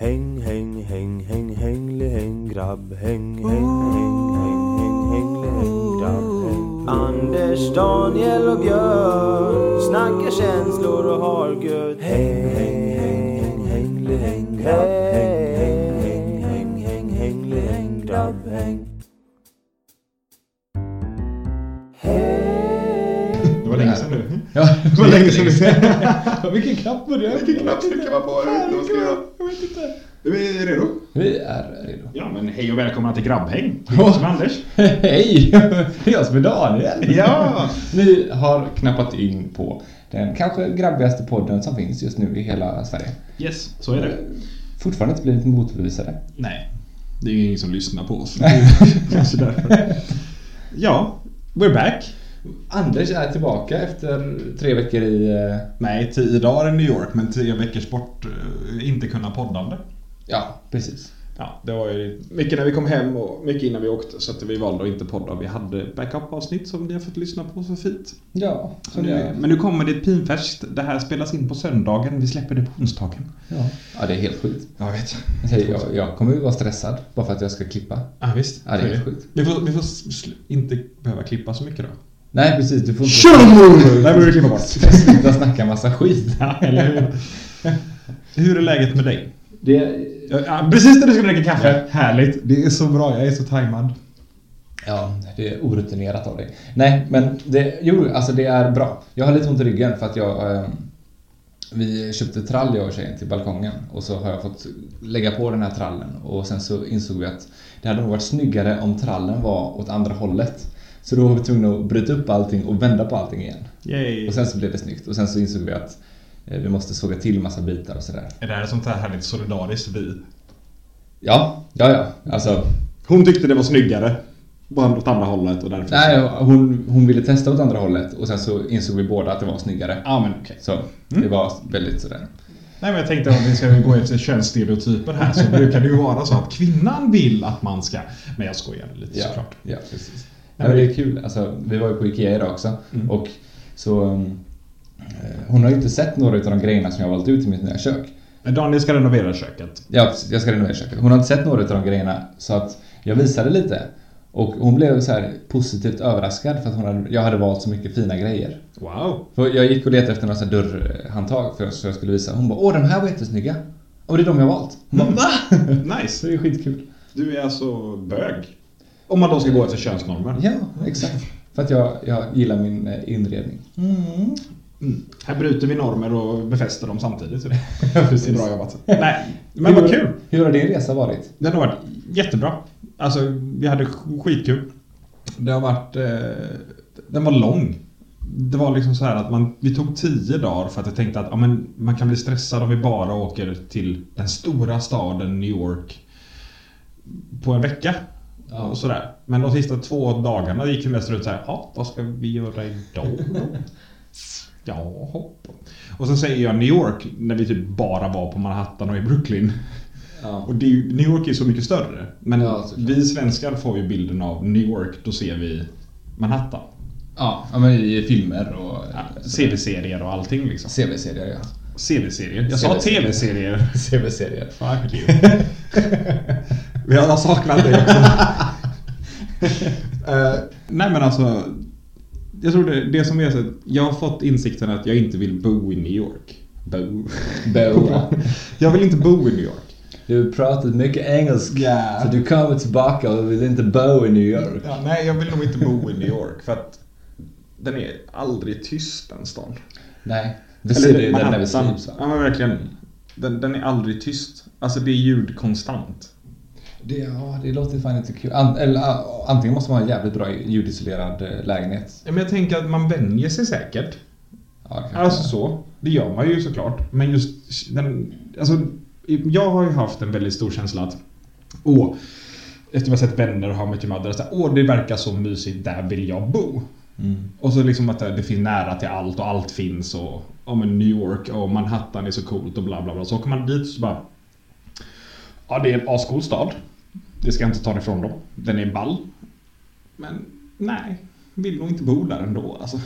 Häng, häng, häng, häng, hängli, häng, grabb, häng, häng, häng, häng, häng, hängli, häng, grabb, häng. Anders, Daniel och Björn snackar känslor och har gött. Häng, häng, häng, häng, hängli, häng, grabb, häng, häng, häng, häng, häng, hängli, häng, grabb, häng. Det var länge sedan nu. Ja, Mm. Det var länge sedan nu. Vilken knapp började jag Vilken knapp trycker man på? Jag vet inte vad jag ska göra. Jag vet inte. Är du redo? Vi är redo. eh, Ja, men hej och välkomna till Grabbhäng. Ja. Som Anders. Hej! Det är jag som är Daniel. Ja! Ni har knappat in på den kanske grabbigaste podden som finns just nu i hela Sverige. Yes, så är det. Fortfarande inte blivit motbevisade. Nej, det är ju ingen som lyssnar på oss. Kanske därför. Ja, we're back. Anders är tillbaka efter tre veckor i... eh, Nej, tio dagar i New York, men tio veckors bort. eh, Inte kunna poddande. Ja, precis. Ja, det var ju mycket när vi kom hem och mycket innan vi åkte så att vi valde att inte podda. Vi hade backup-avsnitt som ni har fått lyssna på så fint. Ja, Så som det nu, är. men nu kommer det ett pinfärskt. Det här spelas in på söndagen. Vi släpper det på onsdagen. Ja. ja, det är helt sjukt. Jag vet. Jag, säger, jag, jag kommer ju vara stressad bara för att jag ska klippa. Ja, visst. Ja, det är helt sjukt. Vi får, vi får sl- inte behöva klippa så mycket då. Nej, precis. Du får inte... Tjurr! Det borde du klippa bort. Sluta snacka massa skit. Ja, eller hur? hur är läget med dig? Det, Ja, precis när du skulle dricka kaffe. Härligt. Det är så bra. Jag är så tajmad. Ja, det är orutinerat av dig. Nej, men det, jo, alltså det är bra. Jag har lite ont i ryggen för att jag... Eh, vi köpte trall jag och tjejen till balkongen och så har jag fått lägga på den här trallen och sen så insåg vi att det hade nog varit snyggare om trallen var åt andra hållet. Så då var vi tvungna att bryta upp allting och vända på allting igen. Yay. Och sen så blev det snyggt och sen så insåg vi att eh, vi måste såga till massa bitar och sådär. Är det här sånt här härligt solidariskt vi? Ja, ja, ja. Alltså, Hon tyckte det var snyggare. Bara åt andra hållet och därför... nej, hon, hon ville testa åt andra hållet och sen så insåg vi båda att det var snyggare. Ja, men okej. Så det var väldigt sådär. Nej men jag tänkte om vi ska gå efter könsstereotyper här så brukar det ju vara så att kvinnan vill att man ska... Men jag skojar lite såklart. ja precis. Ja, men det Mm. är kul. Alltså, vi var ju på Ikea idag också. Och så, um, eh, hon har ju inte sett några av de grejerna som jag har valt ut i mitt nya kök. Men Daniel ska renovera köket. Ja, precis. jag ska renovera köket. Hon har inte sett några av de grejerna. Så att jag visade lite. Och hon blev så här positivt överraskad för att hon hade, jag hade valt så mycket fina grejer. Wow! För jag gick och letade efter några sådana dörrhandtag för så jag skulle visa. Hon bara, åh de här var jättesnygga. Och det är de jag har valt. Hon bara, va? Så Mm. Nice! det är skitkul. Du är alltså bög. Om man då ska gå efter könsnormer. Ja, exakt. För att jag, jag gillar min eh, inredning. Mm. Här bryter vi normer och befäster dem samtidigt. Det Ja, är bra jobbat. Nej, men hur, vad kul! Hur har din resa varit? Den har varit jättebra. Alltså, vi hade sk- skitkul. Det har varit... Eh, den var lång. Det var liksom så här att man, vi tog tio dagar för att jag tänkte att ja, men man kan bli stressad om vi bara åker till den stora staden New York på en vecka. Ja. Och sådär. Men de sista två dagarna gick vi mest runt så här, ja, vad ska vi göra idag då? Ja, hopp. Och så säger jag New York när vi typ bara var på Manhattan och i Brooklyn. Och det är ju, New York är så mycket större. Men Ja, såklart. vi svenskar får ju bilden av New York, då ser vi Manhattan. Ja, ja, men i filmer och... Ja, CV-serier och allting liksom. CV-serier, ja. CV-serier. Jag sa CV-serier. TV-serier. CV-serier. Fuck you. Vi har saknat dig också. Eh, nej men alltså. Jag tror det, det som är så att jag har fått insikten att jag inte vill bo i New York. Bo. Bo, ja. jag vill inte bo i New York. Du har pratat mycket engelska. Ja. Så du kommer tillbaka och vill inte bo i New York. Ja, nej, jag vill nog inte bo i New York för att den är aldrig tyst den stan. Nej. Vi ser det ju där när vi Manhattan. skrivs. va? Ja men verkligen. Den, den är aldrig tyst. Alltså det är ljud konstant. Det, ja, det låter fan inte kul. An, eller, ah, antingen måste man ha en jävligt bra ljudisolerad eh, lägenhet. Ja, Men jag tänker att man vänjer sig säkert. Ja, kanske. Alltså så. Det gör man ju såklart. Men just den... Alltså, jag har ju haft en väldigt stor känsla att... Åh, efter att jag sett vänner och How Much Mother. Så här, åh, det verkar så mysigt. Där vill jag bo. Mm. Och så liksom att det finns nära till allt och allt finns och... Ja men New York och Manhattan är så coolt och bla bla bla. Så åker man dit och så bara... Ja, det är en ascool stad. Det ska jag inte ta det ifrån dem. Den är ball. Men nej, vill nog inte bo där ändå alltså.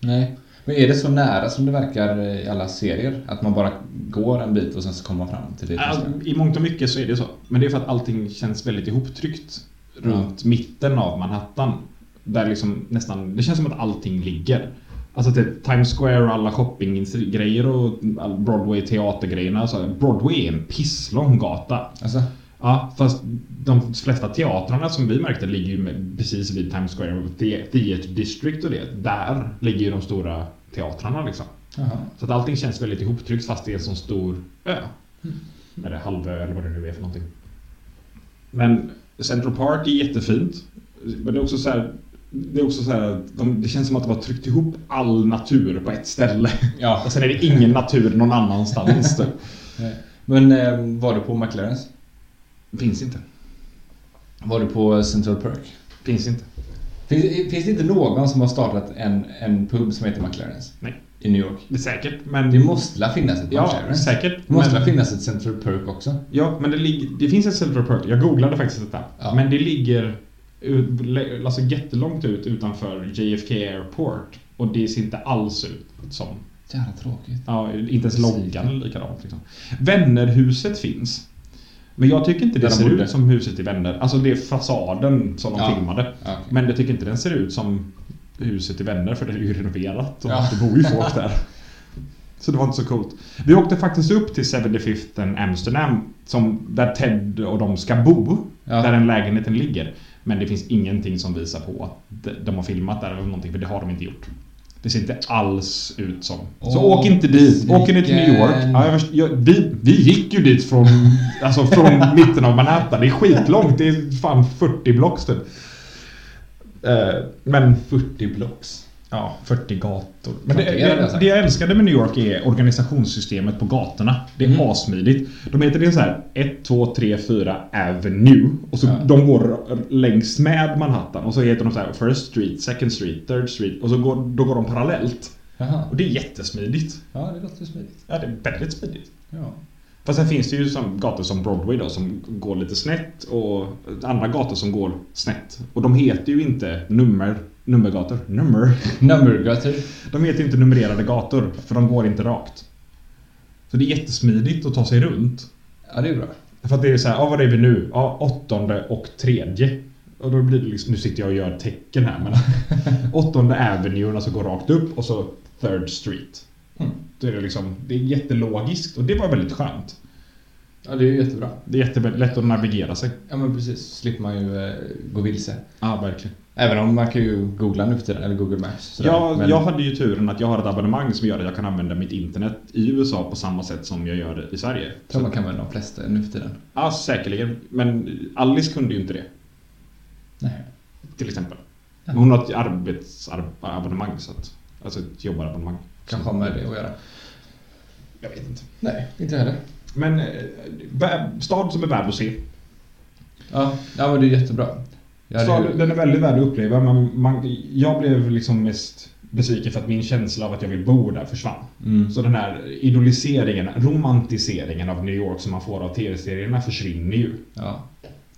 Nej. Men är det så nära som det verkar eh, i alla serier? Att man bara går en bit och sen så kommer man fram till det Ja, första? I mångt och mycket så är det så. Men det är för att allting känns väldigt ihoptryckt runt mitten av Manhattan. Där liksom nästan, det känns som att allting ligger. Alltså typ Times Square och alla shoppinggrejer och all Broadway teatergrejerna. Alltså Broadway är en pisslång gata. Alltså, Ja, fast de flesta teatrarna som vi märkte ligger ju med- precis vid Times Square och The- Theatre District och det. Där ligger ju de stora teatrarna liksom. jaha. Så att allting känns väldigt ihoptryckt fast det är en sån stor ö. Eller halvö eller vad det nu är för någonting. Men Central Park är jättefint. Men det är också så här, det är också så här att de, det känns som att de har tryckt ihop all natur på ett ställe. Ja. Och sen är det ingen natur någon annanstans. typ. Men eh, var du på McLarens? Finns inte. Var du på Central Perk? Finns inte. Finns, finns det inte någon som har startat en, en pub som heter McLarens? Nej. I New York? Det är säkert, men... Det måste la finnas ett Ja, McLarens? säkert. Det måste men, väl finnas ett Central Perk också? Ja, men det, ligger, det finns ett Silver Perk. Jag googlade faktiskt detta. Ja. Men det ligger ut, le- alltså jättelångt ut utanför JFK Airport. Och det ser inte alls ut som... Jävla tråkigt. Ja, inte ens Precis. loggan är likadant. Liksom. Vännerhuset finns. Men jag tycker inte det Där de ser bodde. ut som huset i Vänner. Alltså det är fasaden som de Ja. filmade. Ja, okej. Men jag tycker inte den ser ut som huset i Vänner för det är ju renoverat och Ja. det bor ju folk där. Så det var inte så coolt. Vi åkte faktiskt upp till 75th and Amsterdam som, där Ted och de ska bo. Ja. Där den lägenheten ligger. Men det finns ingenting som visar på att de- de har filmat där eller någonting för det har de inte gjort. Det ser inte alls ut som. Så Åh, åk inte dit. Åk ni till New York. vilken- Ja, jag först- jag, vi, vi gick ju dit från, alltså från mitten av Manhattan. Det är skitlångt. Det är fan 40 blocks typ. Eh, Men 40 blocks. Ja, 40 gator. Men det, Kvarter, hade jag det, sagt. det jag älskade med New York är organisationssystemet på gatorna. Det är Mm. assmidigt. De heter det så här 1, 2, 3, 4 Avenue. Och så Ja. de går längs med Manhattan. Och så heter de så här First Street, Second Street, Third Street. Och så går, då går de parallellt. Jaha. Och det är jättesmidigt. Ja, det låter ju smidigt. Ja, det är väldigt smidigt. Ja. Fast sen finns det ju som gator som Broadway då som går lite snett och andra gator som går snett. Och de heter ju inte nummer, nummergator. Nummer. Numbergator. De heter ju inte numrerade gator, för de går inte rakt. Så det är jättesmidigt att ta sig runt. Ja, det är bra. För att det är så här, ja vad är vi nu? Ja, åttonde och tredje. Och då blir det liksom, nu sitter jag och gör tecken här men... åttonde Avenue, alltså går rakt upp och så Third Street. Mm. Då är det liksom, det är jättelogiskt och det var väldigt skönt. Ja, det är ju jättebra. Det är jättelätt att navigera sig. Ja men precis, slipper man ju eh, gå vilse. Ja, verkligen. Även om man kan ju googla nu för tiden, eller Google Maps. sådär. Jag, men, jag hade ju turen att jag har ett abonnemang som gör att jag kan använda mitt internet i USA på samma sätt som jag gör det i Sverige. tror man kan väl de flesta nu för tiden. Ja, säkerligen. Men Alice kunde ju inte det, Nej. till exempel. Ja. Hon har ett arbetsabonnemang, så att, alltså ett jobbarabonnemang. Kanske har med det att göra. Jag vet inte. Nej, inte heller. Men eh, vä- stad som är värd att se. Ja, ja men det är jättebra. Jag hade Stad, ju- den är väldigt värd att uppleva, men man, jag blev liksom mest besviken för att min känsla av att jag vill bo där försvann. Mm. Så den här idoliseringen, romantiseringen av New York som man får av tv-serierna försvinner ju. Ja.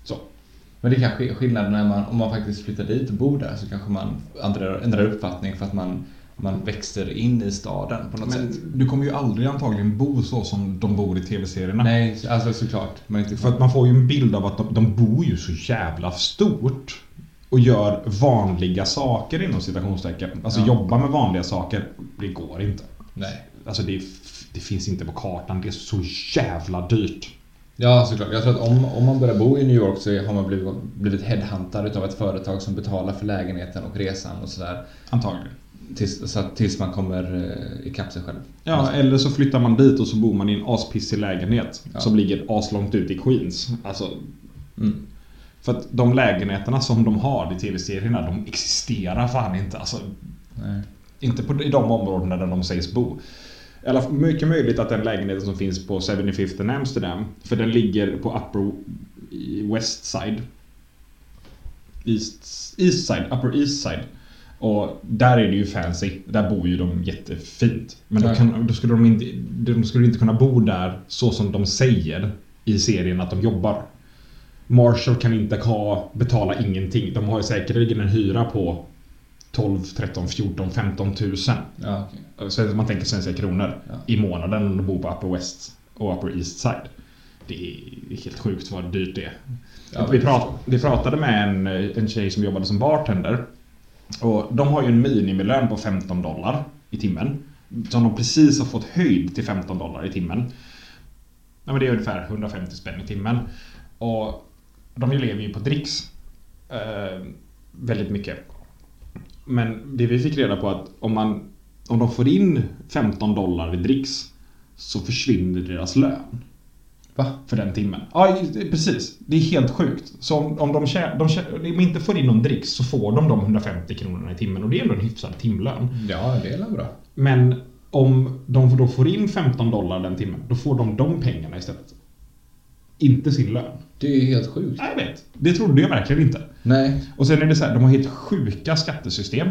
Så. Men det kanske är skillnaden när man, om man faktiskt flyttar dit och bor där så kanske man ändrar, ändrar uppfattning för att man, man växer in i staden på något sätt. du kommer ju aldrig antagligen bo så som de bor i tv-serierna. Nej, alltså såklart. Man är inte För att man får ju en bild av att de, de bor ju så jävla stort. Och gör vanliga saker inom citationstecken. Alltså Ja. jobbar med vanliga saker. Det går inte. Nej. Alltså det, det finns inte på kartan. Det är så jävla dyrt. Ja, såklart. Jag tror att om, om man börjar bo i New York så har man blivit, blivit headhuntad utav ett företag som betalar för lägenheten och resan och sådär. Antagligen. Tills, så att, tills man kommer eh, ikapp sig själv. Ja, Alltså, eller så flyttar man dit och så bor man i en aspissig lägenhet. Ja. Som ligger aslångt ut i Queens. Alltså, Mm. för att de lägenheterna som de har i tv-serierna, de existerar fan inte. Alltså, Nej. Inte på, i de områdena där de sägs bo. Eller mycket möjligt att den lägenheten som finns på 75th and Amsterdam, för den ligger på Upper i West Side. East, east Side, Upper East Side. Och där är det ju fancy. Där bor ju de jättefint. Men då, Ja. kan, då skulle de inte, de skulle inte kunna bo där så som de säger i serien att de jobbar. Marshall kan inte ha, betala ingenting. De har ju säkerligen en hyra på 12, 13, 14, 15 tusen. Ja, okej. Eh, Så man tänker svenska kronor Ja. i månaden om du bor på Upper West och Upper East Side. Det är helt sjukt vad dyrt det är. Ja, vi, det prat, förstår vi pratade med en, eh, en tjej som jobbade som bartender. Och de har ju en minimilön på 15 dollar i timmen. Som de precis har fått höjd till 15 dollar i timmen. Ja, men det är ungefär 150 spänn i timmen. Och de lever ju på dricks. Eh, väldigt mycket. Men det vi fick reda på att om, man, om de får in 15 dollar i dricks så försvinner deras lön. Va? För den timmen. Ja, i- precis. Det är helt sjukt. Så om, om de, tjä, de, tjä, de inte får in någon dricks så får de de 150 kronorna i timmen och det är ändå en hyfsad timlön. Ja, det är väl bra. Men om de då får in 15 dollar den timmen, då får de de pengarna istället. Inte sin lön. Det är ju helt sjukt. Nej, jag vet. Det trodde jag verkligen inte. Nej. Och sen är det så här, de har helt sjuka skattesystem.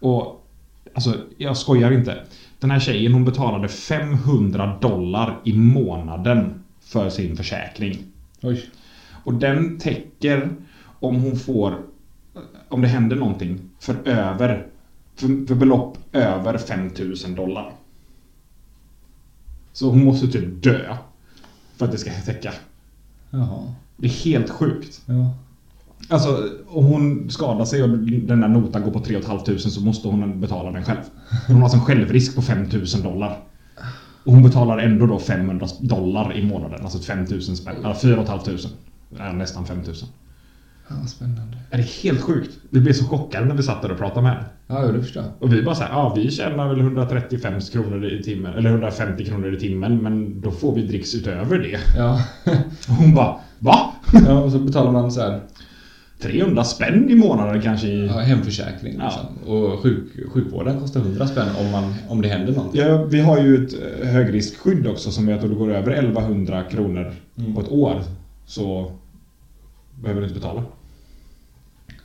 Och alltså, jag skojar inte. Den här tjejen hon betalade 500 dollar i månaden för sin försäkring. Oj. Och den täcker om hon får, om det händer någonting, för över, för, för belopp över 5000 dollar. Så hon måste typ dö för att det ska täcka. Jaha. Det är helt sjukt. Ja. Alltså, om hon skadar sig och den där notan går på 3 500 så måste hon betala den själv. Hon har alltså en självrisk på 5000 dollar. Och hon betalar ändå då 500 dollar i månaden, alltså 5000 spänn. Eller 4 500. Ja, Nästan 5000. Ja, vad spännande. Ja, Det är helt sjukt. Vi blev så chockade när vi satt där och pratade med henne. Ja, jo, det förstår jag. Och vi bara såhär, ja vi tjänar väl 135 kronor i timmen, eller 150 kronor i timmen, men då får vi dricks utöver det. Ja. Och hon bara, va? ja, och så betalar man så här, 300 spänn i månaden kanske? i-" ja, hemförsäkring liksom. Och sjuk, sjukvården kostar 100 spänn om, man, om det händer någonting. Ja, vi har ju ett eh, högriskskydd också som jag tror det går över 1100 kronor Mm. på ett år. Så behöver du inte betala.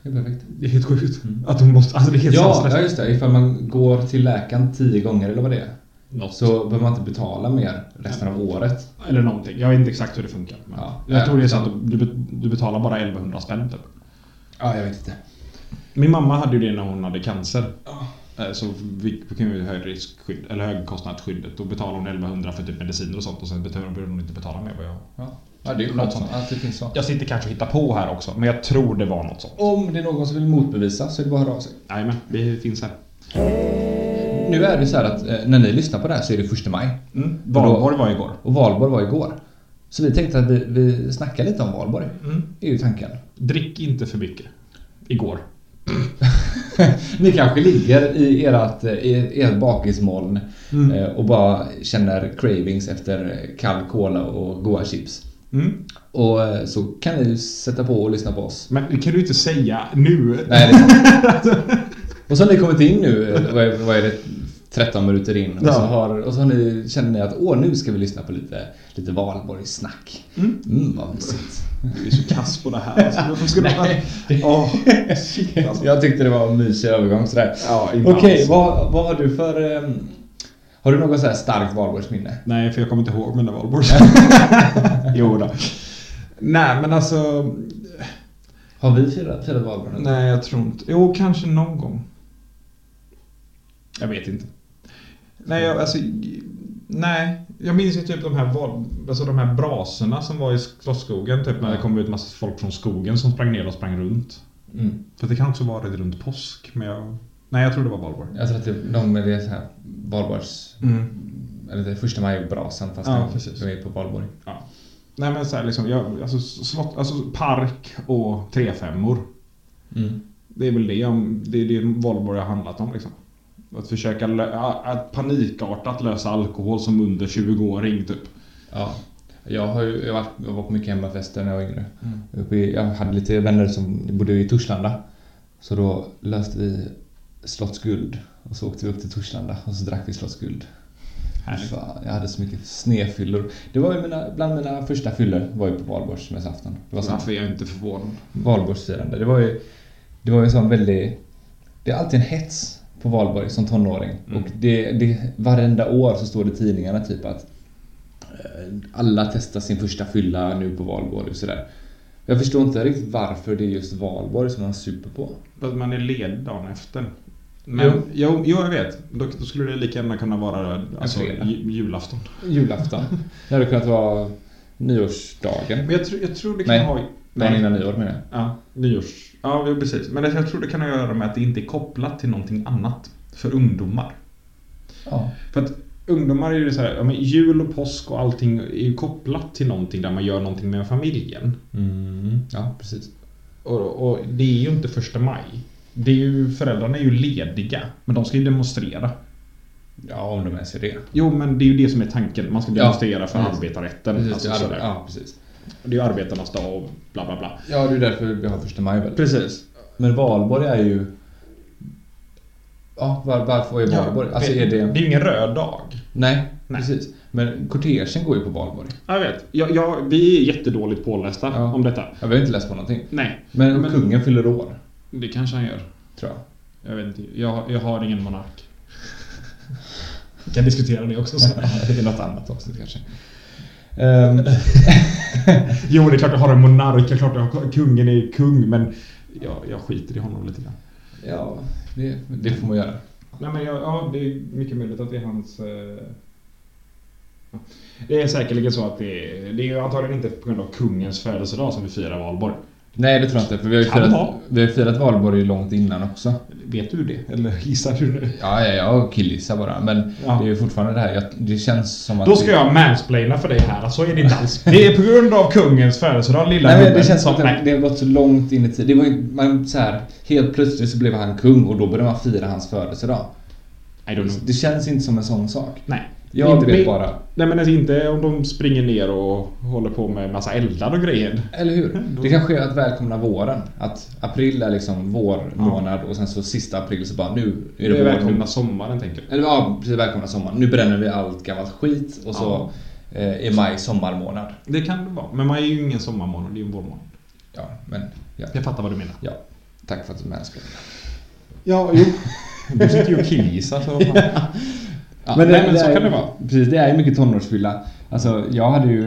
Det är perfekt. Det är helt sjukt. Att hon måste, alltså det är helt Mm. Ja, ja, sanslöst. just det. Ifall man går till läkaren tio gånger eller vad det är. Något. Så behöver man inte betala mer resten av året. Eller någonting. Jag vet inte exakt hur det funkar. Men Ja. jag tror det är så att du, du betalar bara 1100 spänn typ. Ja, jag vet inte. Min mamma hade ju det när hon hade cancer. Eh, Så vi fick ju högriskskydd, eller högkostnadsskyddet. Då betalade hon 1100 för typ mediciner och sånt och sen behövde hon inte betala mer vad jag... Ja, ja det är skönt sånt. att det finns sånt. Jag sitter kanske och hittar på här också, men jag tror det var något sånt. Om det är någon som vill motbevisa så är det bara att höra av sig. Jajamän, vi finns här. Nu är det så här att eh, när ni lyssnar på det här så är det första maj. Mm. Valborg var igår. Och valborg var igår. Så vi tänkte att vi, vi snackar lite om valborg. Mm. Det är ju tanken. Drick inte för mycket. Igår. Ni kanske ligger i ert, i ert bakismoln Mm. eh, och bara känner cravings efter kall cola och goda chips. Mm. Och eh, så kan ni ju sätta på och lyssna på oss. Men det kan du inte säga nu. Nej, det är sant. Och så har ni kommit in nu, eh, vad är, vad är det, 13 minuter in. Och Ja. så, har, och så har ni, känner ni att åh, nu ska vi lyssna på lite, lite valborgssnack. Mm. vad mysigt. Du är så kass på det här. Alltså, varför ska du ha... Åh, shit alltså. Jag tyckte det var en mysig övergång sådär. Ja, inte Okej, alls. vad, vad har du för... ehm, har du något så här starkt valborgsminne? Nej, för jag kommer inte ihåg mina valborg. jo då. Nej, men alltså... Har vi firat, firat valborg? nu? Nej, jag tror inte... Jo, kanske någon gång. Jag vet inte. Nej, jag, alltså... Nej, jag minns ju typ de här, val, alltså de här brasorna som var i Slottsskogen. Typ när det kom ut massa folk från skogen som sprang ner och sprang runt. Mm. För det kan också vara det runt påsk, men jag... Nej, jag tror det var valborg. Jag tror att det, de är det så här valborgs... Mm. Eller det första maj-brasan fast Ja, de- precis. de är på valborg. Ja. Nej, men så här, liksom, jag, alltså, slott, alltså park och trefemmor. Mm. Det är väl det, om- det, är det Valborg har handlat om liksom. Att försöka lö- att panikartat lösa alkohol som under 20-åring typ. Ja. Jag har ju jag har varit, jag var på mycket hemmafester när jag var yngre. Uppe i, jag hade lite vänner som bodde i Torslanda. Så då löste vi Slottsguld. Och så åkte vi upp till Torslanda och så drack vi Slottsguld. Härligt. Fan, jag hade så mycket snefyllor. Det var ju mina, bland mina första fyllor var ju på valborgsmässoafton. Det var så Varför är jag inte förvånad? valborgsfirande. Det var ju, det var ju en sån väldigt... Det är alltid en hets på valborg som tonåring. Och det, det, varenda år så står det i tidningarna typ att eh, alla testar sin första fylla nu på valborg och sådär. Jag förstår inte riktigt varför det är just valborg som han super på. För att man är ledig dagen efter. Men, jo. Jo, jag vet. Då, då skulle det lika gärna kunna vara alltså, fredag. ju- julafton. Julafton. det hade kunnat vara nyårsdagen. Men jag, tror- jag tror det kan Nej. ha... Dagen innan nyår menar jag. Ja, nyårs... Ja, jo, precis. Men jag tror det kan ha att göra med att det inte är kopplat till någonting annat för ungdomar. Ja. För att ungdomar är ju så här, ja, men jul och påsk och allting är ju kopplat till någonting där man gör någonting med familjen. Mm, ja, precis. Och, och det är ju inte första maj. Det är ju, föräldrarna är ju lediga, men de ska ju demonstrera. Ja, om de ens är det. Jo, men det är ju det som är tanken. Man ska Ja, demonstrera för precis. arbetarrätten. Precis, alltså, det är sådär. ja, precis. Det är ju arbetarnas dag och bla bla bla. Ja, det är därför vi har första maj väl? Precis. Men valborg är ju... Ja, var, varför är valborg? alltså är det... är ju ingen röd dag. Nej, Nej. precis. Men kortegen går ju på valborg. Jag vet. Jag, jag, vi är jättedåligt pålästa Ja. om detta. Jag har inte läst på någonting. Nej, Men, Men- kungen fyller år, det kanske han gör. tror jag. Jag vet inte. Jag, jag har ingen monark. Vi kan diskutera det också sen. Det är något annat avsnitt kanske. Ehm, Jo, det är klart jag har en monark. Det är klart jag har, kungen är kung, men jag, jag skiter i honom lite grann. ja, det, det får man göra. Nej, men jag, ja, det är mycket möjligt att det är hans... Eh... ja. Det är säkerligen så att det är... Det är ju antagligen inte på grund av kungens födelsedag som vi firar valborg. Nej, det tror jag inte. För vi har ju Kan firat, vara. vi har ju firat valborg långt innan också. Vet du det? Eller gissar du nu? Ja, ja, ja, killgissar bara. Men Ja. det är ju fortfarande det här. Jag, det känns som att... Då vi- ska jag mansplaina för dig här. Så är det inte alls. Det är på grund av kungens födelsedag, lilla Nej, men det gubben, känns som att det, nej. det har gått så långt in i tiden. Det var ju, man, så här, helt plötsligt så blev han kung och då började man fira hans födelsedag. I don't know. Det känns inte som en sån sak. Nej. Jag Mm. Inte vet med- bara. Nej men alltså inte om de springer ner och håller på med massa eldar och grejer. Eller hur? Mm. Det kanske är att välkomna våren. Att april är liksom vår månad och sen så sista april så bara nu är det, Det är vår välkomna månad. sommaren tänker jag. Eller ja, precis välkomna sommaren. Nu bränner vi allt gammalt skit och så eh, är maj sommarmånad. Det kan det vara. Men man är ju ingen sommarmånad, det är ju en vårmånad. Ja, men ja. Jag fattar vad du menar. ja. Tack för att du mansplainade. Ja, jo. Du sitter ju och killgissar så... Ja, Men det- nej, men det så är- kan det vara. Precis, det är ju mycket tonårsfylla. Alltså, jag hade ju...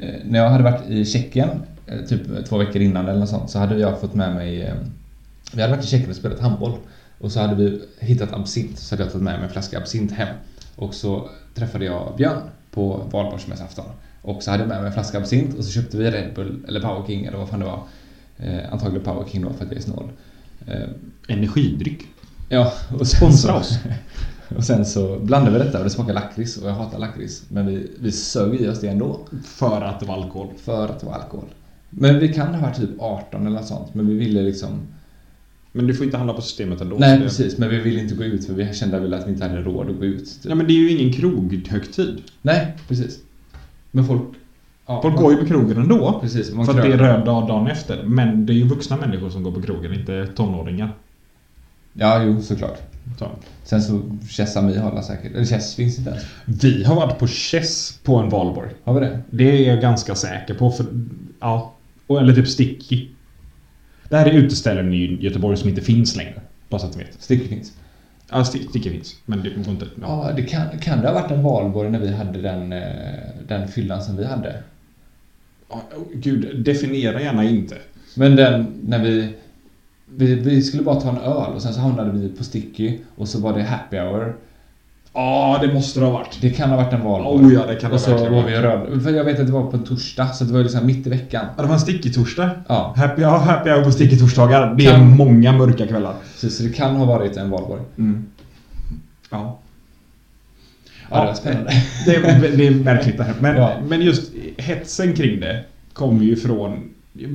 eh, När jag hade varit i Tjeckien, eh, typ två veckor innan eller något sånt, så hade jag fått med mig... eh, Vi hade varit i Tjeckien och spelat handboll. Och så hade vi hittat absint, så hade jag tagit med mig en flaska absint hem. Och så träffade jag Björn på valborgsmässoafton. Och så hade jag med mig en flaska absint och så köpte vi Red Bull, eller Power King eller vad fan det var. Eh, antagligen Power King då för att jag är snål. Eh, Energidryck. Ja, och sen Sponsra så- oss. Och sen så blandade vi detta och det smakade lakrits och jag hatar lakrits. Men vi, vi sög i oss det ändå. För att det var alkohol. För att det var alkohol. Men vi kan ha varit typ 18 eller något sånt. Men vi ville liksom... Men du får inte handla på systemet ändå. nej, så det... precis. Men vi ville inte gå ut för vi kände väl att vi inte hade råd att gå ut. Typ. Nej men det är ju ingen kroghögtid. Nej, precis. Men folk... Ja, Folk man- går ju på krogen ändå. Precis. Man För att det krökar. är röd dag dagen efter. Men det är ju vuxna människor som går på krogen, inte tonåringar. Ja, jo, såklart. Så. Sen så... Chessami har alla säkert... Eller Chess finns inte ens. Vi har varit på Chess på en valborg. Har vi det? Det är jag ganska säker på. För, ja. Och, eller typ Sticky. Det här är uteställen i Göteborg som inte finns längre. Bara så att ni vet. Sticky finns. Ja, Sti- Sticky finns. Men det går inte... Ja. Ja, det kan, kan det ha varit en valborg när vi hade den, eh, den fyllan som vi hade? Ja, oh, Gud, definiera gärna inte. Men den, när vi, vi... Vi skulle bara ta en öl och sen så hamnade vi på Sticky och så var det happy hour. Ja, det måste det ha varit. Det kan ha varit en valborg. Oh ja, det kan det och så verkligen var vara. vi röd. För jag vet att det var på en torsdag, så det var liksom mitt i veckan. Ja, det var en Sticky-torsdag. Ja, Happy, ja, happy hour på Sticky-torsdagar. Det är Kan- många mörka kvällar. Mm. precis. Så det kan ha varit en valborg. Ja. Ja, det var spännande. Det är, det är märkligt det här. Men, Ja. men just hetsen kring det kommer ju från...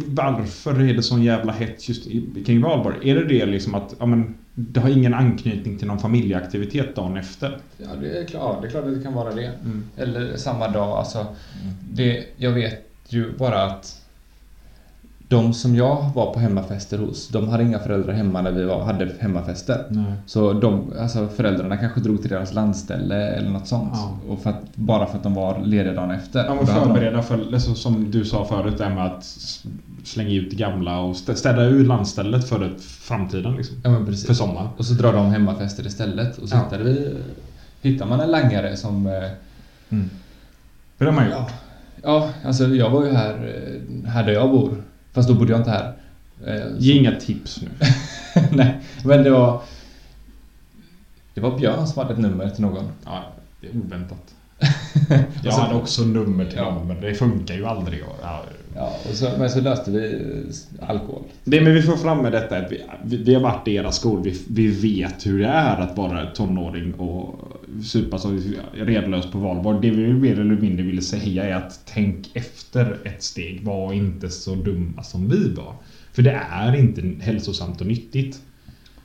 Varför är det sån jävla hets just i- kring valborg? Är det det liksom att ja, men, det har ingen anknytning till någon familjeaktivitet dagen efter? Ja, det är klart, ja, det, är klart att det kan vara det. Eller samma dag. Alltså, Mm. det, jag vet ju bara att de som jag var på hemmafester hos, de hade inga föräldrar hemma när vi var, hade hemmafester. Nej. Så de, alltså föräldrarna kanske drog till deras landställe eller något sånt. Ja. Och för att, bara för att de var lediga dagen efter. Ja, men Då hade de- förbereda för, liksom, som du sa förut, det här med att s- slänga ut det gamla och stä- städa ur landstället för ett- framtiden. Liksom. Ja, men precis. För sommaren. Och så drar de hemmafester istället. Och så Ja. hittade vi, hittar man en langare som... eh, För det har man gjort. Ja, Ja, alltså jag var ju här, eh, här där jag bor. Fast då bodde jag inte här. Eh, så- Ge inga tips nu. Nej, men det var... Det var Björn som hade ett nummer till någon. Ja, det är oväntat. Jag Och sen- hade också nummer till Ja. någon, men det funkar ju aldrig. och- Ja. Ja, och så, men så löste vi eh, alkohol. Det men vi får fram med detta är att vi, vi, vi har varit i era skol. Vi, vi vet hur det är att vara tonåring och supa sig redlös på valborg. Det vi mer eller mindre ville säga är att tänk efter ett steg. Var inte så dumma som vi var. För det är inte hälsosamt och nyttigt.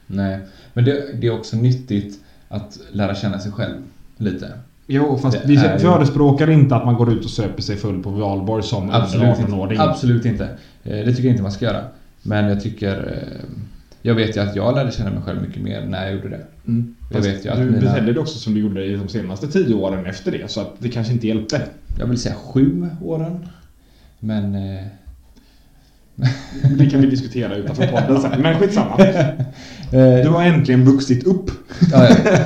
Nej, men det, det är också nyttigt att lära känna sig själv lite. Jo, fast Det vi är ju- förespråkar inte att man går ut och söper sig full på valborg som under Absolut 18-åring. inte. Absolut inte. Eh, Det tycker jag inte man ska göra. Men jag tycker... eh, Jag vet ju att jag lärde känna mig själv mycket mer när jag gjorde det. Mm. Jag Fast vet ju att du mina- betedde dig också som du gjorde i de senaste tio åren efter det, så att det kanske inte hjälpte. Jag vill säga sju åren. Men... eh, Det kan vi diskutera utanför podden sen, men skitsamma. eh, Du har äntligen vuxit upp. Ja, ja.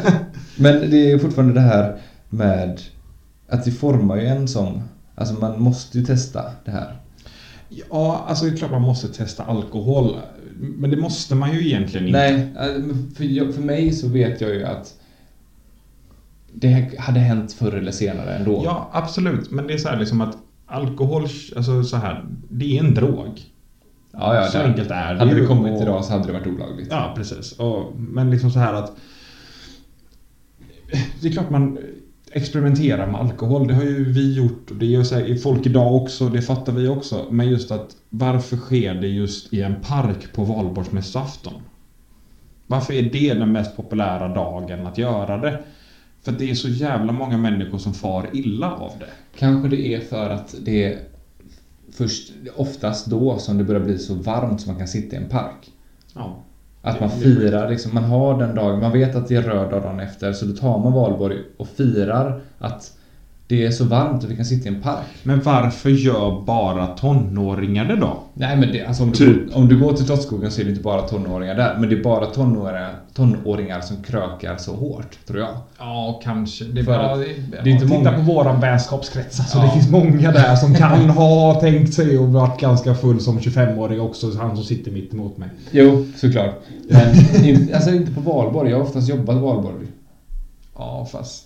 Men det är ju fortfarande det här med att det formar ju en som... Alltså man måste ju testa det här. Ja, alltså det är klart man måste testa alkohol. Men det måste man ju egentligen inte. Nej, eh, men för, jag, för mig så vet jag ju att det här hade hänt förr eller senare ändå. Ja, absolut. Men det är så här liksom att alkohol, alltså så här, det är en drog. ja, ja så det- enkelt är det Hade ju. det kommit Och- idag så hade det varit olagligt. Ja, precis. Och, men liksom så här att... Det är klart man experimenterar med alkohol. Det har ju vi gjort och det gör säkert folk idag också. Det fattar vi också. Men just att varför sker det just i en park på valborgsmässoafton? Varför är det den mest populära dagen att göra det? För att det är så jävla många människor som far illa av det. Kanske det är för att det är först oftast då som det börjar bli så varmt som man kan sitta i en park. Ja. Att Det- man det- firar, liksom, man har den dagen, man vet att det är röd dag dagen efter, så då tar man valborg och firar att det är så varmt och vi kan sitta i en park. Men varför gör bara tonåringar det då? Nej men det, alltså om, Typ. du, om du går till Slottsskogen så är det inte bara tonåringar där, men det är bara tonåringar, tonåringar som krökar så hårt, tror jag. Ja, kanske. Det är, För bara, att- det är det är inte titta många. på våran vänskapskrets. Alltså, Ja. Det finns många där som kan ha tänkt sig och varit ganska full som 25-åring också. Han som sitter mitt emot mig. Jo, såklart. Men in, alltså inte på valborg, jag har oftast jobbat valborg. Ja, fast...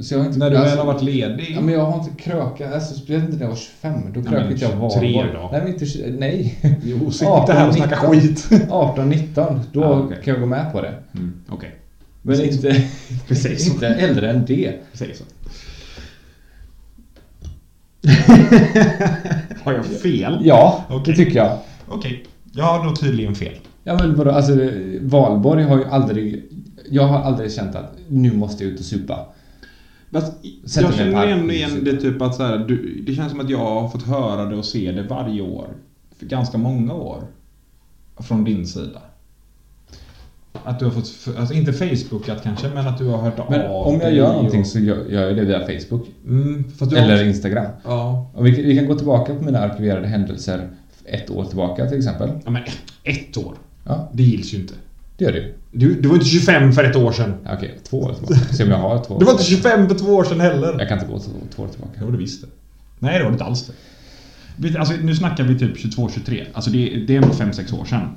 Så jag har inte, När du alltså, väl har varit ledig... Ja, men jag har inte krökat, alltså speciellt inte när jag var 25, då Ja, krökade men inte jag 23 valborg. då? Nej, men inte, 20 nej. Jo, sitt inte här och snacka 18, 19. skit. 18, 19, då Ja, Ah, okej. kan jag gå med på det. Mm, Okej, Men Precis. inte, Precis. inte äldre än det. vi säger så. har jag fel? Ja, Okej. det tycker jag. Okej, jag har nog tydligen fel. Ja men vadå, alltså valborg har ju aldrig... Jag har aldrig känt att nu måste jag ut och supa. Fast Sätt jag dig ner känner på igen, parken, igen sitt. det typ att så här, du, det känns som att jag har fått höra det och se det varje år. För ganska många år. Från din sida. Att du har fått, alltså inte Facebookat kanske, men att du har hört Men av om jag dig gör och- någonting så gör gör jag det via Facebook. Mm, fast du Eller Har, Instagram. ja. Och vi, kan- vi kan gå tillbaka på mina arkiverade händelser ett år tillbaka till exempel. ja, men ett år. Ja, Det gills ju inte. det gör det ju. Du, du var inte 25 för ett år sedan. Ja, Okej, två år tillbaka. Se om jag har två år Du var inte 25 för två år sedan heller. Jag kan inte gå två, två år tillbaka. Jo, det visste. Nej, det var det inte alls det. Vi- Alltså, nu snackar vi typ 22-23. Alltså det, det är ändå 5-6 år sedan.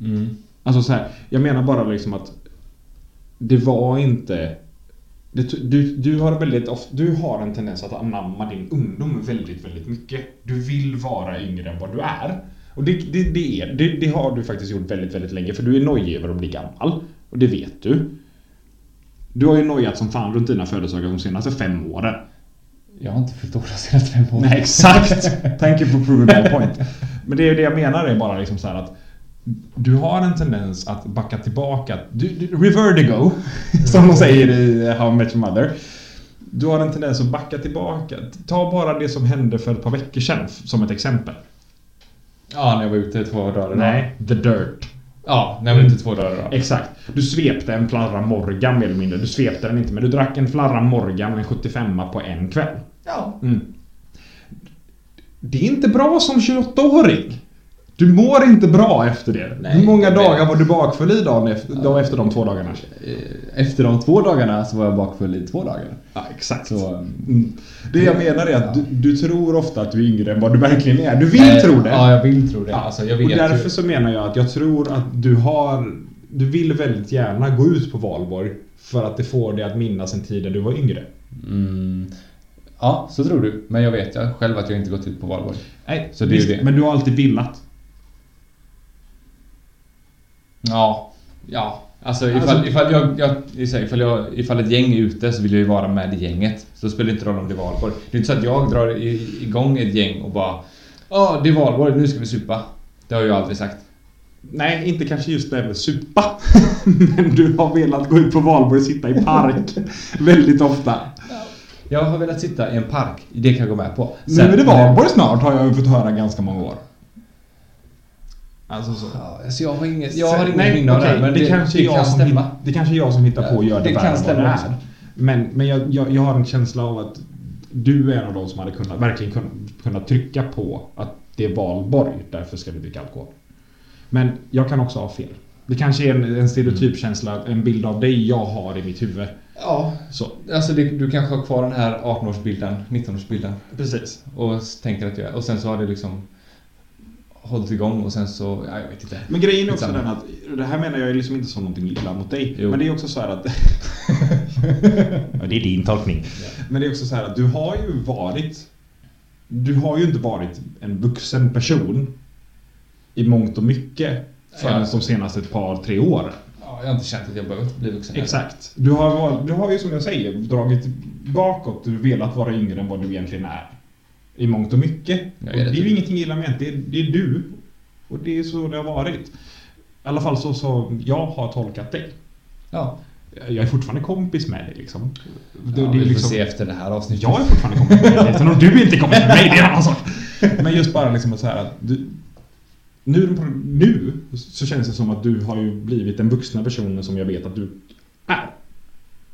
Mm. Alltså så här, jag menar bara liksom att det var inte... Det, du, du, har väldigt of, du har en tendens att anamma din ungdom väldigt, väldigt mycket. Du vill vara yngre än vad du är. Och det, det, det, är, det, det har du faktiskt gjort väldigt, väldigt länge för du är nojig över att bli gammal. Och det vet du. Du har ju nojat som fan runt dina födelsedagar de senaste fem åren. Jag har inte fyllt år de senaste fem åren. Nej, exakt. Thank you for proving my point. Men det är ju det jag menar är bara liksom så här att du har en tendens att backa tillbaka. Du, du, revertigo, som de säger i How I Met Your Mother. Du har en tendens att backa tillbaka. Ta bara det som hände för ett par veckor sedan f- som ett exempel. Ja, när jag var ute två dagar idag. The Dirt. Ja, nej men inte två dagar idag. Exakt. Du svepte en Flarra Morgan mer eller mindre. Du svepte den inte, men du drack en Flarra Morgan, en 75a på en kväll. Ja. Mm. Det är inte bra som 28-åring. Du Du mår inte bra efter det. Nej, Hur många jag vet. dagar var du bakfull i dagen efter, dagen efter de två dagarna? Eh, Efter de två dagarna så var jag bakfull i två dagar. Ja, exakt. Så, eh, Mm. Det jag menar är att Ja. du, du tror ofta att du är yngre än vad du verkligen är. Du vill eh, tro det. Ja, jag vill tro det. Ja, Alltså, jag och vet ju- därför så menar jag att jag tror att du har... Du vill väldigt gärna gå ut på valborg för att det får dig att minnas en tid där du var yngre. Mm, ja, så tror du. Men jag vet jag själv att jag inte gått ut på valborg. Nej, Så det är ju det. Men du har alltid velat. Ja, ja. Alltså ifall, Alltså- ifall, jag, jag, ifall, ifall, jag, ifall ett gäng är ute så vill jag ju vara med i gänget. Så det spelar det inte roll om det är valborg. Det är inte så att jag drar i- igång ett gäng och bara Ja, det är valborg, nu ska vi supa. Det har jag aldrig sagt. Nej, inte kanske just det här med supa. men du har velat gå ut på valborg och sitta i park väldigt ofta. Jag har velat sitta i en park, det kan jag gå med på. nu är det valborg snart har jag ju fått höra ganska många år. Alltså så. Ja, alltså jag har inget, jag har Så- inget minne av det okej, här, men det, det, kanske är jag kan som stämma. hitt- det kanske är jag som hittar på att göra det, Det kan värre än vad stämma är. också. Men, men jag, jag, jag har en känsla av att du är en av de som hade kunnat, verkligen kunnat, kunnat trycka på att det är valborg, därför ska vi dricka alkohol. Men jag kan också ha fel. Det kanske är en, en Mm. stereotypkänsla, en bild av dig jag har i mitt huvud. Ja, Så, alltså det, du kanske har kvar den här 18-årsbilden, 19-årsbilden. precis. Och s- tänker att jag... Och sen så har det liksom hållit igång och sen så... Ja, jag vet inte. Men grejen är också Skitsamma. den att, det här menar jag ju liksom inte som någonting illa mot dig. Jo. Men det är också så här att... ja, det är din tolkning. Men det är också så här att du har ju varit... Du har ju inte varit en vuxen person i mångt och mycket förrän Ja. de senaste ett par, tre år. Ja, jag har inte känt att jag behövt bli vuxen. än. Exakt. Du har, val- du har ju som jag säger dragit bakåt. Du har velat vara yngre än vad du egentligen är. I mångt och mycket. Ja, Och jag det är är rätt ju så. ingenting illa med det. är- Det är du. Och det är så det har varit. I alla fall så som jag har tolkat dig. Ja. Jag är fortfarande kompis med dig liksom. Det, ja det vi är får liksom se efter det här avsnittet. jag är fortfarande kompis med dig. Sen om du inte är kompis med mig, det är en annan sak. Men just bara liksom att så här att du, nu, nu så känns det som att du har ju blivit den vuxna personen som jag vet att du är.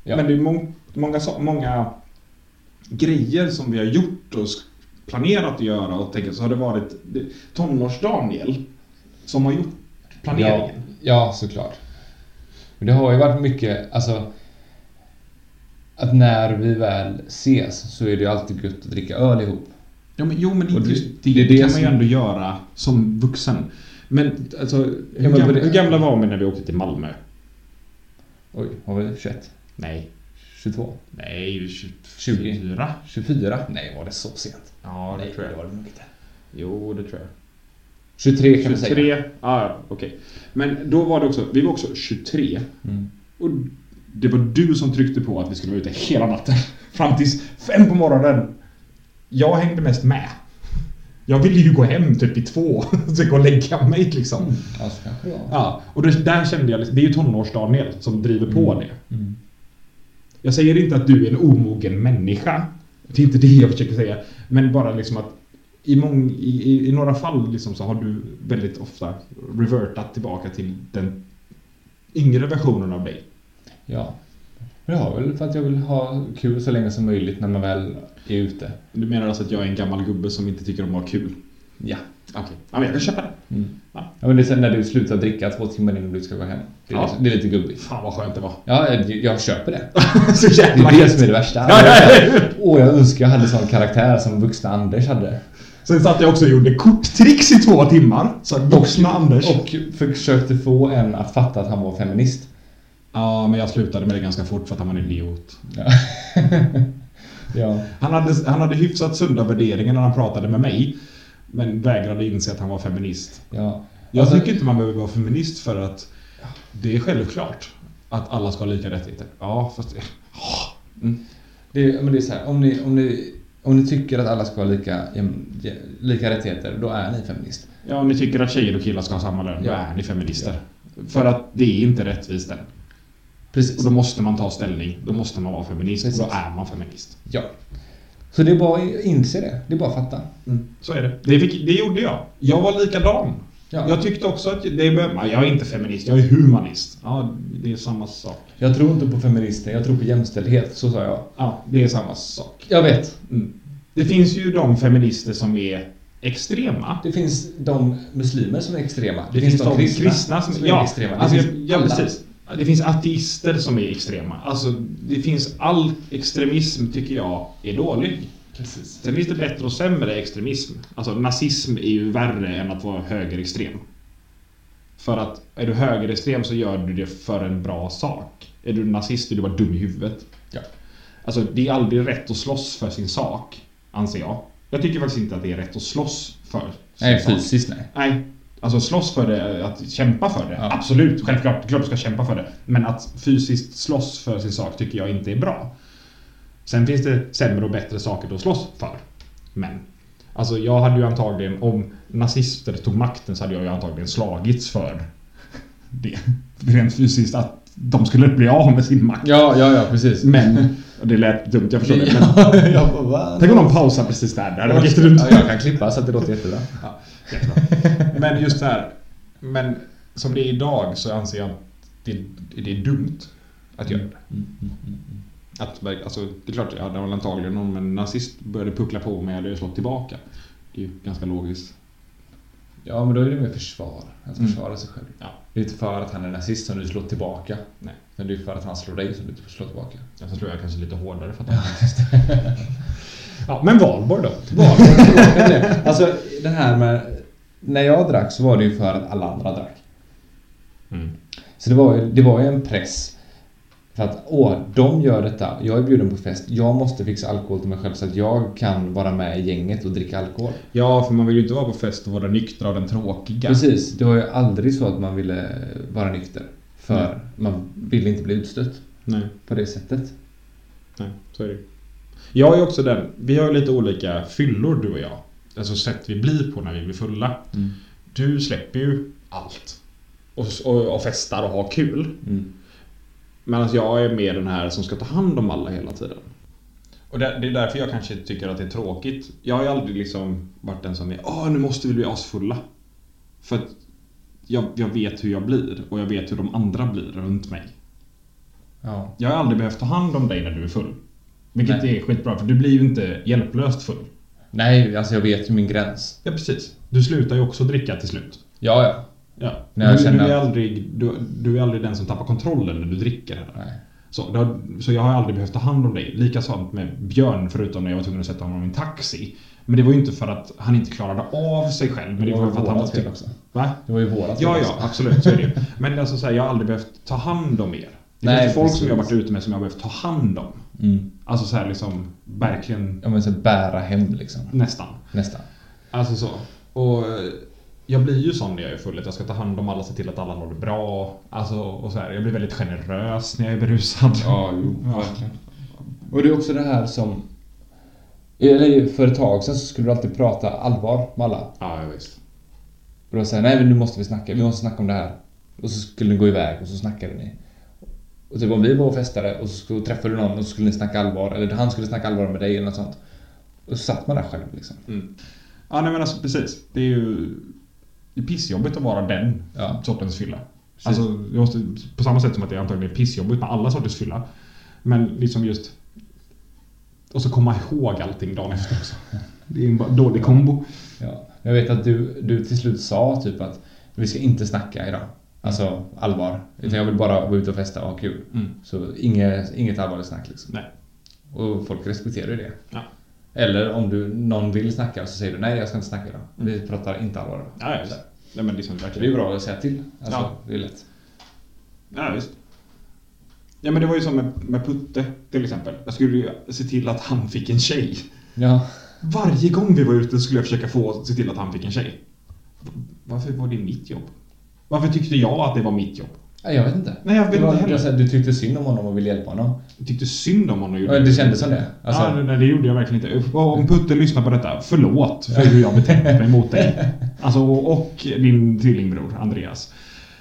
Ja. Men det är må, många, sa- många grejer som vi har gjort och sk- planerat att göra och tänkt så har det varit det- tonårs-Daniel som har gjort ja, planeringen. ja, såklart. Men det har ju varit mycket, alltså... Att när vi väl ses så är det ju alltid gött att dricka öl ihop. Ja, men, jo, men Och inte det- just det, det är det, det kan man som- ju ändå göra som vuxen. Men alltså, hur, men på gamla, det- hur gamla var vi när vi åkte till Malmö? Oj, var vi 21? Nej. 22? Nej, 24. 24? Nej, var det så sent? Ja, det Nej, tror jag. var det nog inte. Jo, det tror jag. 23 kan vi säga. 23. Ja, ja, okej. Men då var det också, vi var också 23. Mm. Och det var du som tryckte på att vi skulle vara ute hela natten. Fram tills fem på morgonen. Jag hängde mest med. Jag ville ju gå hem typ i två. Så gå och lägga mig liksom. Ja, så Alltså, kanske det var. Ja, och det, där kände jag liksom- det är ju tonårs-Daniel som driver på det. Mm. Jag säger inte att du är en omogen människa. Det är inte det jag försöker säga. Men bara liksom att i, mång, i, i, i några fall liksom så har du väldigt ofta revertat tillbaka till den yngre versionen av dig. Ja. Men det har väl för att jag vill ha kul så länge som möjligt när man väl är ute. Du menar alltså att jag är en gammal gubbe som inte tycker om att ha kul? Ja. Okej. Ja, men jag kan köpa det. Mm. Ja. ja men det är sen när du slutar dricka två timmar innan du ska gå hem. Det är, Ja. liksom, det är lite gubbigt. Fan vad skönt det var. Ja, jag, jag köper det. så Det jävla är det gött. som är det värsta. Ja, ja, ja. Åh, jag önskar jag hade sån karaktär som vuxna Anders hade. Sen satt jag också och gjorde korttricks i två timmar. Så att vuxna Anders. Och försökte få en att fatta att han var feminist. Ja, men jag slutade med det ganska fort för att han var en idiot. Ja. ja. Han hade, han hade hyfsat sunda värderingar när han pratade med mig. Men vägrade inse att han var feminist. ja. Jag Alltså- tycker inte man behöver vara feminist för att det är självklart att alla ska ha lika rättigheter. Ja, fast... Det är, men det är så här, om ni, om ni, om ni tycker att alla ska ha lika, jäm- jä- lika rättigheter, då är ni feminist. Ja, om ni tycker att tjejer och killar ska ha samma lön, då Ja. är ni feminister. För att det är inte rättvist än. Precis. Och då måste man ta ställning. Då måste man vara feminist. Och då Precis. är man feminist. Ja. Så det är bara att inse det. Det är bara att fatta. Så är det. Det, fick, det gjorde jag. Jag var likadan. Ja. Jag Jag, tyckte också att... Det, är- jag är inte feminist, jag är humanist. Ja, det är samma sak. tror inte på feminister, jag tror på jämställdhet. Så sa jag. Ja, det är samma sak. Jag vet. Mm. Det finns ju de feminister som är extrema. Det finns de muslimer som är extrema. Det, finns, de kristna, som, ja, är extrema. Det Alltså, finns ja, alla. precis. Det finns ateister som är extrema. Alltså, det finns all extremism tycker jag är dålig. Precis. Sen finns det bättre och sämre extremism. Alltså nazism är ju värre än att vara högerextrem. För att är du högerextrem så gör du det för en bra sak. Är du nazist är du bara dum i huvudet. Ja. Alltså det är aldrig rätt att slåss för sin sak, anser jag. Jag tycker faktiskt inte att det är rätt att slåss för sin Nej, sak. fysiskt nej. Nej. Alltså slåss för det, att kämpa för det. Ja. Absolut, självklart. Klart du ska kämpa för det. Men att fysiskt slåss för sin sak tycker jag inte är bra. Sen finns det sämre och bättre saker att slåss för. Men. Alltså jag hade ju antagligen, om nazister tog makten så hade jag ju antagligen slagits för det. Rent fysiskt att de skulle bli av med sin makt. Ja, ja, ja, precis. Men, det lät dumt, jag förstår det. Men, Ja, jag bara, va? tänk om de pausar precis där. Det hade varit jättedumt. Ja, jag kan klippa så att det låter jättebra. Ja, men just det här. Men som det är idag så anser jag att det, det är dumt att göra det. Mm, Att, verk- alltså, det är klart, jag hade väl antagligen om en nazist började puckla på mig hade jag slått tillbaka. Det är ju ganska logiskt. Ja, men då är det mer försvar. Att Mm. försvara sig själv. Ja. Det är inte för att han är nazist som du slår tillbaka. Nej. Men det är för att han slår dig som du slår tillbaka. Jag tror jag kanske lite hårdare för att jag är nazist. ja, men Valborg då? alltså, det här med... När jag drack så var det ju för att alla andra drack. Mm. Så det var, ju- det var ju en press. För att åh, de gör detta. Jag är bjuden på fest. Jag måste fixa alkohol till mig själv så att jag kan vara med i gänget och dricka alkohol. Ja, för man vill ju inte vara på fest och vara den nyktra och den tråkiga. Precis. Det var ju aldrig så att man ville vara nykter. För Nej. man ville inte bli utstött Nej. på det sättet. Nej, så är det Jag är också den. Vi har ju lite olika fyllor du och jag. Alltså sätt vi blir på när vi blir fulla. Mm. Du släpper ju allt. Och, och, och festar och har kul. Mm. Medan jag är mer den här som ska ta hand om alla hela tiden. Och det, det är därför jag kanske tycker att det är tråkigt. Jag har ju aldrig liksom varit den som är Åh, nu måste vi bli asfulla. För att jag, jag vet hur jag blir och jag vet hur de andra blir runt mig. Ja. Jag har aldrig behövt ta hand om dig när du är full. Vilket Nej. är skitbra, för du blir ju inte hjälplöst full. Nej, alltså jag vet ju min gräns. Ja, precis. Du slutar ju också dricka till slut. Ja, ja. Ja. När jag du, känner du, är att- aldrig, du, du är aldrig den som tappar kontrollen när du dricker. Heller. Nej. Så, det har, så jag har aldrig behövt ta hand om dig. Likaså med Björn, förutom när jag var tvungen att sätta honom i en taxi. Men det var ju inte för att han inte klarade av sig själv. Men det Det var var för att han var vårat fel typ- också. Va? Det var ju vårat Ja, fel ja, också. absolut. Så är det ju. Men alltså, så här, jag har aldrig behövt ta hand om er. Det Nej, finns ju folk som precis. jag har varit ute med som jag har behövt ta hand om. Mm. Alltså så här liksom, verkligen Ja, men så bära hem liksom. nästan. Nästan. Alltså så. Och eh, jag blir ju sån när jag är full. Att jag ska ta hand om alla, se till att alla mår bra. Alltså, och så här. Jag blir väldigt generös när jag är berusad. Ja, jo, verkligen. Och det är också det här som... Eller för ett tag sedan så skulle du alltid prata allvar med alla. Ja, ja, visst. Och då säger nej men nu måste vi snacka, vi måste snacka om det här. Och så skulle ni gå iväg och så snackade ni. Och typ om vi var och festade och så skulle- träffade du någon och så skulle ni snacka allvar, eller han skulle snacka allvar med dig eller något sånt. Och så satt man där själv liksom. Ja, nej men alltså precis. Det är ju det är pissjobbigt att vara den Ja. sortens fylla. Alltså, jag måste, på samma sätt som att det antagligen är pissjobbigt med alla sorters fylla. Men liksom just... Och så komma ihåg allting dagen efter också. Det är en ba- dålig kombo. Ja. Men jag vet att du, du till slut sa typ att vi ska inte snacka idag. Alltså allvar. Utan jag vill bara vara ute och festa och ha kul. Mm. Så inget, inget allvarligt snack liksom. Nej. Och folk respekterar ju det. Ja. Eller om du, någon vill snacka så säger du nej jag ska inte snacka idag. Vi pratar inte allvar idag. Mm. Ja, ja, visst. Nej, men liksom, Det är ju bra att säga till. Alltså, Ja. Det är lätt. Ja, visst. Ja, men det var ju som med, med Putte till exempel. Jag skulle ju se till att han fick en tjej. Ja. Varje gång vi var ute skulle jag försöka få se till att han fick en tjej. Varför var det mitt jobb? Varför tyckte jag att det var mitt jobb? Nej, Jag vet inte. Nej, jag vet det inte heller. jag sa, du tyckte synd om honom och ville hjälpa honom. Jag tyckte synd om honom. och Ja, gjorde Mm. Det kändes som det. Alltså, ja, nej, det gjorde jag verkligen inte. Och Om Putte lyssnar på detta, förlåt för hur jag betett mig mot dig. Alltså, och, och din tvillingbror Andreas.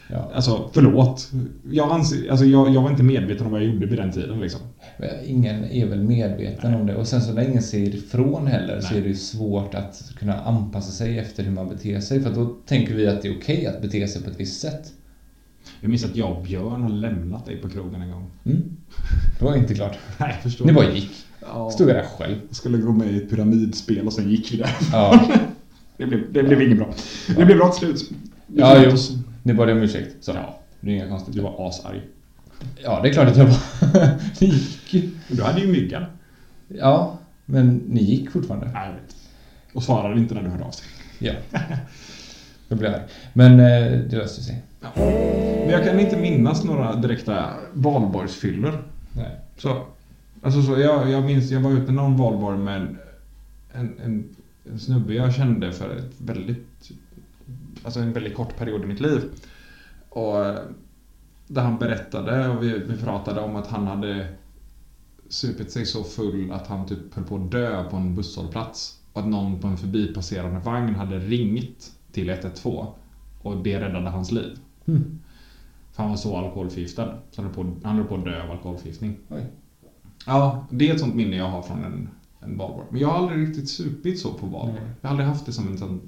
ja. Alltså, förlåt. Jag, anser, alltså, jag, jag var inte medveten om vad jag gjorde vid den tiden liksom. Men Ingen är väl medveten om det. Och sen så när ingen säger ifrån heller så Nej. är det ju svårt att kunna anpassa sig efter hur man beter sig. För att då tänker vi att det är okej att bete sig på ett visst sätt. Jag minns att jag och Björn har lämnat dig på krogen en gång. Mm. Det var inte klart. Nej, jag förstår. Ni bara gick. Ja. Stod jag där själv. Jag skulle gå med i ett pyramidspel och sen gick vi där. Ja. Det blev, det blev inget bra. Det blev bra till slut. Vi Ja, förlät jo. oss. Nu bad jag om ursäkt. Så. Ja. Det är inga konstigt. Du var asarg. Ja, det är klart att jag var. ni gick ju. Men Du hade ju myggan. Ja, men ni gick fortfarande. Nej, jag vet. Och svarade inte när du hörde av sig. Ja. Jag blev arg. Men eh, det löste sig. Men jag kan inte minnas några direkta valborgsfyllor. Nej. Så, alltså så jag, jag minns, jag var ute någon valborg med en, en, en, en snubbe jag kände för ett väldigt, alltså en väldigt kort period i mitt liv. Och eh, där han berättade och vi, vi pratade om att han hade supit sig så full att han typ höll på att dö på en busshållplats. Och att någon på en förbipasserande vagn hade ringt till 112 och det räddade hans liv. Hmm. För han var så alkoholförgiftad. Så han höll på, han höll på att dö av alkoholförgiftning. Oj. Ja, det är ett sånt minne jag har från en, en valborg. Men jag har aldrig riktigt supit så på valborg. Nej. Jag har aldrig haft det som en sån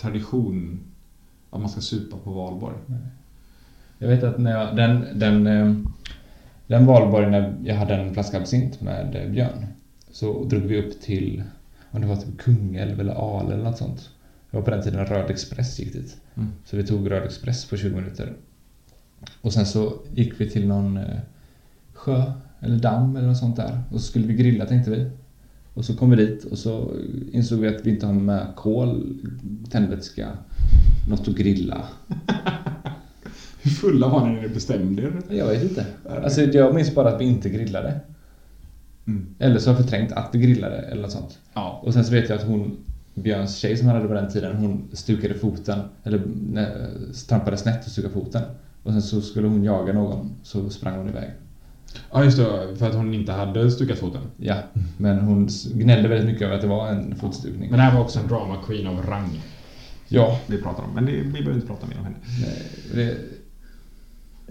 tradition att man ska supa på valborg. Jag vet att när jag, den, den, eh, den valborg när jag hade en flaska absint med eh, Björn. Så drog vi upp till, om det var typ Kungälv eller Ale eller något sånt. Det var på den tiden Röd Express gick dit. Mm. Så vi tog Röd Express på 20 minuter. Och sen så gick vi till någon eh, sjö eller damm eller något sånt där. Och så skulle vi grilla tänkte vi. Och så kom vi dit och så insåg vi att vi inte har med kol, tändvätska, något att grilla. Hur fulla var ni när ni bestämde er? Jag vet inte. Alltså, jag minns bara att vi inte grillade. Mm. Eller så har jag förträngt att vi grillade eller något sånt. Ja. Och sen så vet jag att hon, Björns tjej som han hade på den tiden, hon stukade foten. Eller ne, trampade snett och stukade foten. Och sen så skulle hon jaga någon, så sprang hon iväg. ja, just det. För att hon inte hade stukat foten. Ja, men hon s- gnällde väldigt mycket över att det var en fotstukning. Men det här var också en drama queen av rang Ja, vi pratar om. Men det, vi behöver inte prata mer om henne. nej, det...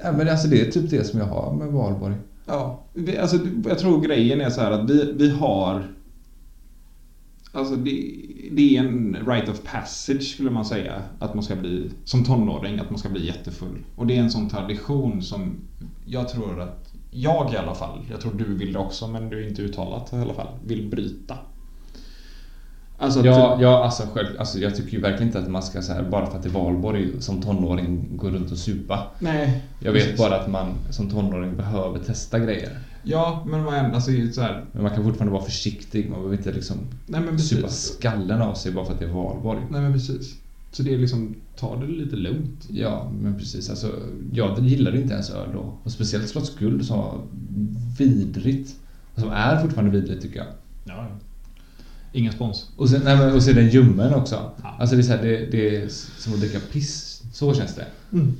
Ja, men alltså det är typ det som jag har med valborg. Ja, vi, alltså, jag tror grejen är så här att vi, vi har... Alltså det, det är en rite of passage skulle man säga. Att man ska bli, som tonåring, att man ska bli jättefull. Och det är en sån tradition som jag tror att jag i alla fall, jag tror du vill det också men du är inte uttalat i alla fall, vill bryta. Alltså att- Ja, ja alltså, själv, alltså jag tycker ju verkligen inte att man ska så här, bara för att det är valborg som tonåring gå runt och supa. nej. Jag vet precis. bara att man som tonåring behöver testa grejer. Ja, men vad händer? Alltså det är ju så här, Men man kan fortfarande vara försiktig, man behöver inte liksom nej men supa precis. skallen av sig bara för att det är valborg. Nej men precis. Så det är liksom, ta det lite lugnt. Ja, men precis. Alltså, jag gillade inte ens öl då. Och speciellt Slotts guld som var vidrigt. Och som är fortfarande vidrigt tycker jag. Ja. Ingen spons. Och sen, nej, men, och sen den ljummen också. Ja. Alltså det är, så här, det, det är som att dricka piss. Så känns det. Mm.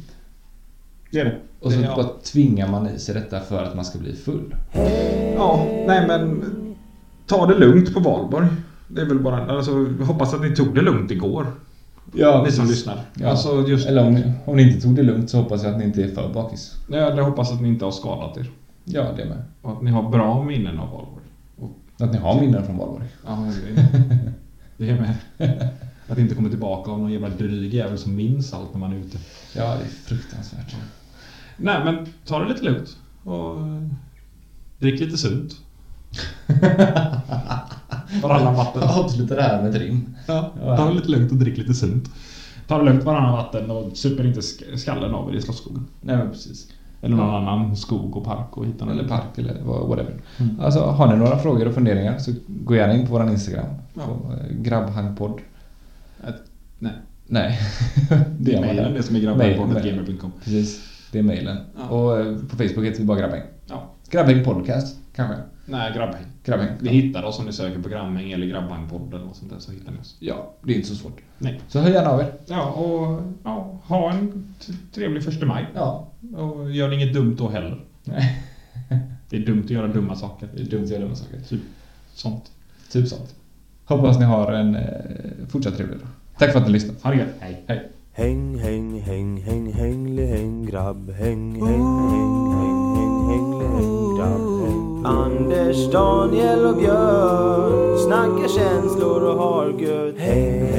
Det är det. Och så typ Det- ja. bara tvingar man i sig detta för att man ska bli full. ja, nej men... Ta det lugnt på valborg. Det är väl bara... Alltså, hoppas att ni tog det lugnt igår. Ja, ni som lyssnar. Ja. Alltså just... Eller om ni, om ni inte tog det lugnt så hoppas jag att ni inte är för bakis. Nej, jag hoppas att ni inte har skadat er. Ja, det med. Och att ni har bra minnen av valborg. Att ni har minnen från valborg. Ja, det, det är med. Att inte komma tillbaka av någon jävla dryg jävel som minns allt när man är ute. Ja, det är fruktansvärt. Nej, men ta det lite lugnt. Och... eh, Drick lite sunt. Varannan vatten. Avsluta det här med ett rim. Ja, Ja. ta det lite lugnt och drick lite sunt. Ta det lugnt varannan vatten och super inte sk- skallen av er i Slottsskogen. Nej, men precis. Eller någon annan skog och park och hitan. Eller park eller vad- whatever. Mm. Alltså, har ni några frågor och funderingar så gå gärna in på vår Instagram. Ja. På eh, grabbhangpodd. Ett- nej. Nej. Det är gör man mejlen där. det som är Mejl, mejl. grabbarpornet.gmail.com. Precis. Det är mejlen. Ja. Och eh, på Facebook heter vi bara Grabbhäng. Ja. Grabbhäng podcast, kanske. Nej, grabbhäng. Grabbhäng. Ni hittar oss om ni söker på grabbhäng eller grabbhängpodden och sånt där så hittar ni oss. Ja, det är inte så svårt. Nej. Så hör gärna av er. Ja, och ja, ha en t- trevlig första maj. Ja. Och gör inget dumt då heller. Nej. Det är dumt att göra dumma saker. Det är dumt att göra dumma saker. Typ sånt. Typ sånt. Hoppas ni har en eh, fortsatt trevlig dag. Tack för att ni har lyssnat. Ha det gött. Hej. Hej. Häng, häng, häng, häng, hängli, häng, grabb, häng, häng, häng, häng, häng, hängli, häng, grabb, häng. Anders, Daniel och Björn snackar känslor och har gött. Häng, häng,